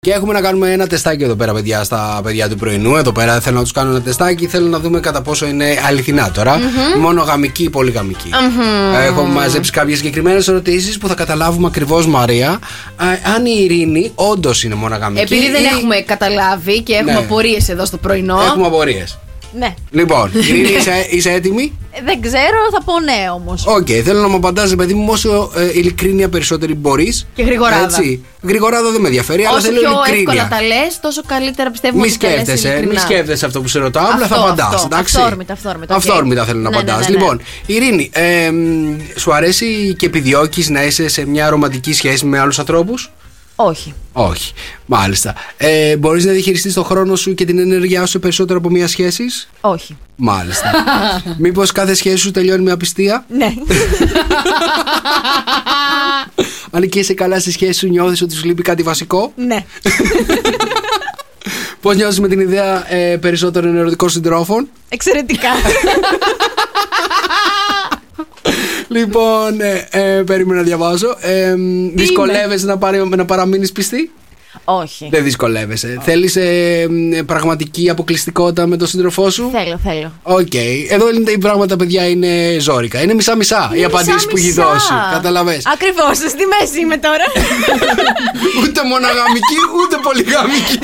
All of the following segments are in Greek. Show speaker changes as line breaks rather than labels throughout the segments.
Και έχουμε να κάνουμε ένα τεστάκι εδώ πέρα, παιδιά, στα παιδιά του πρωινού. Εδώ πέρα θέλω να τους κάνω ένα τεστάκι. Θέλω να δούμε κατά πόσο είναι αληθινά τώρα. Μόνο γαμική ή πολυγαμική. Έχω μαζέψει κάποιες συγκεκριμένες ερωτήσεις που θα καταλάβουμε ακριβώς, Μαρία, α, αν η ειρήνη όντως είναι μόνο γαμική.
Επειδή δεν
ή-
έχουμε καταλάβει και έχουμε
Ναι.
απορίες εδώ στο πρωινό.
Έχουμε απορίες.
Ναι.
Λοιπόν, Ειρήνη, είσαι, είσαι έτοιμη.
Ε, Δεν ξέρω, θα πω ναι όμως.
Οκ, θέλω να μου απαντάζει, παιδί μου, όσο ε, ειλικρίνεια περισσότερη μπορείς.
Και γρηγοράδα.
Έτσι. Γρηγοράδα δεν με ενδιαφέρει, αλλά
Όσο
θέλω
πιο εύκολα
ειλικρίνεια.
τα λες, τόσο καλύτερα πιστεύουμε
Μη
ότι τα λες
σκέφτεσαι, μη
ειλικρινά.
σκέφτεσαι αυτό που σε ρωτάω, απλά
Αυτό,
θα απαντάς.
αυτό. Αυθόρμητα, αυθόρμητα, οκ.
Αυθόρμητα θέλω να
Ναι, ναι,
απαντάς.
ναι, ναι.
Λοιπόν, Ειρήνη, ε, μ, σου αρέσει και επιδιώκεις να είσαι σε μια ρομαντική σχέση με άλλους ανθρώπους.
Όχι.
Όχι. Μάλιστα. Ε, μπορείς να διαχειριστείς τον χρόνο σου και την ενέργειά σου περισσότερο από μιας σχέσης.
Όχι.
Μάλιστα. Μήπως κάθε σχέση σου τελειώνει με απιστία.
Ναι.
Αν και είσαι καλά στη σχέση σου, νιώθεις ότι σου λείπει κάτι βασικό.
ναι.
Πώς νιώθεις με την ιδέα ε, περισσότερων ερωτικών συντρόφων.
Εξαιρετικά.
Λοιπόν, ε, ε, περίμενα να διαβάσω. Ε, μ, δυσκολεύεσαι να, πάρει- να παραμείνεις πιστή.
Όχι.
Δεν δυσκολεύεσαι. Θέλει πραγματική αποκλειστικότητα με τον σύντροφό σου.
Θέλω, θέλω.
Οκ. Εδώ είναι τα πράγματα, παιδιά, είναι ζόρικα. Είναι μισά-μισά οι απαντήσεις που έχει δώσει. Καταλαβέ.
Ακριβώς. Στη μέση είμαι τώρα.
Ούτε μοναγαμική, ούτε πολυγαμική.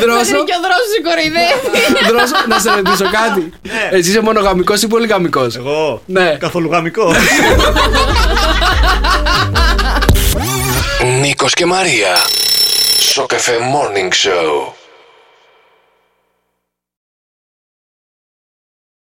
Δρόσο,
Και ο δρόσος κοροϊδεύει.
δρόσο, να σε ρωτήσω κάτι. Εσύ είσαι μονογαμικό ή πολυγαμικό.
Εγώ.
Ναι.
Καθόλου γαμικό.
Νίκος και Μαρία. Σοκεφέ Morning Show.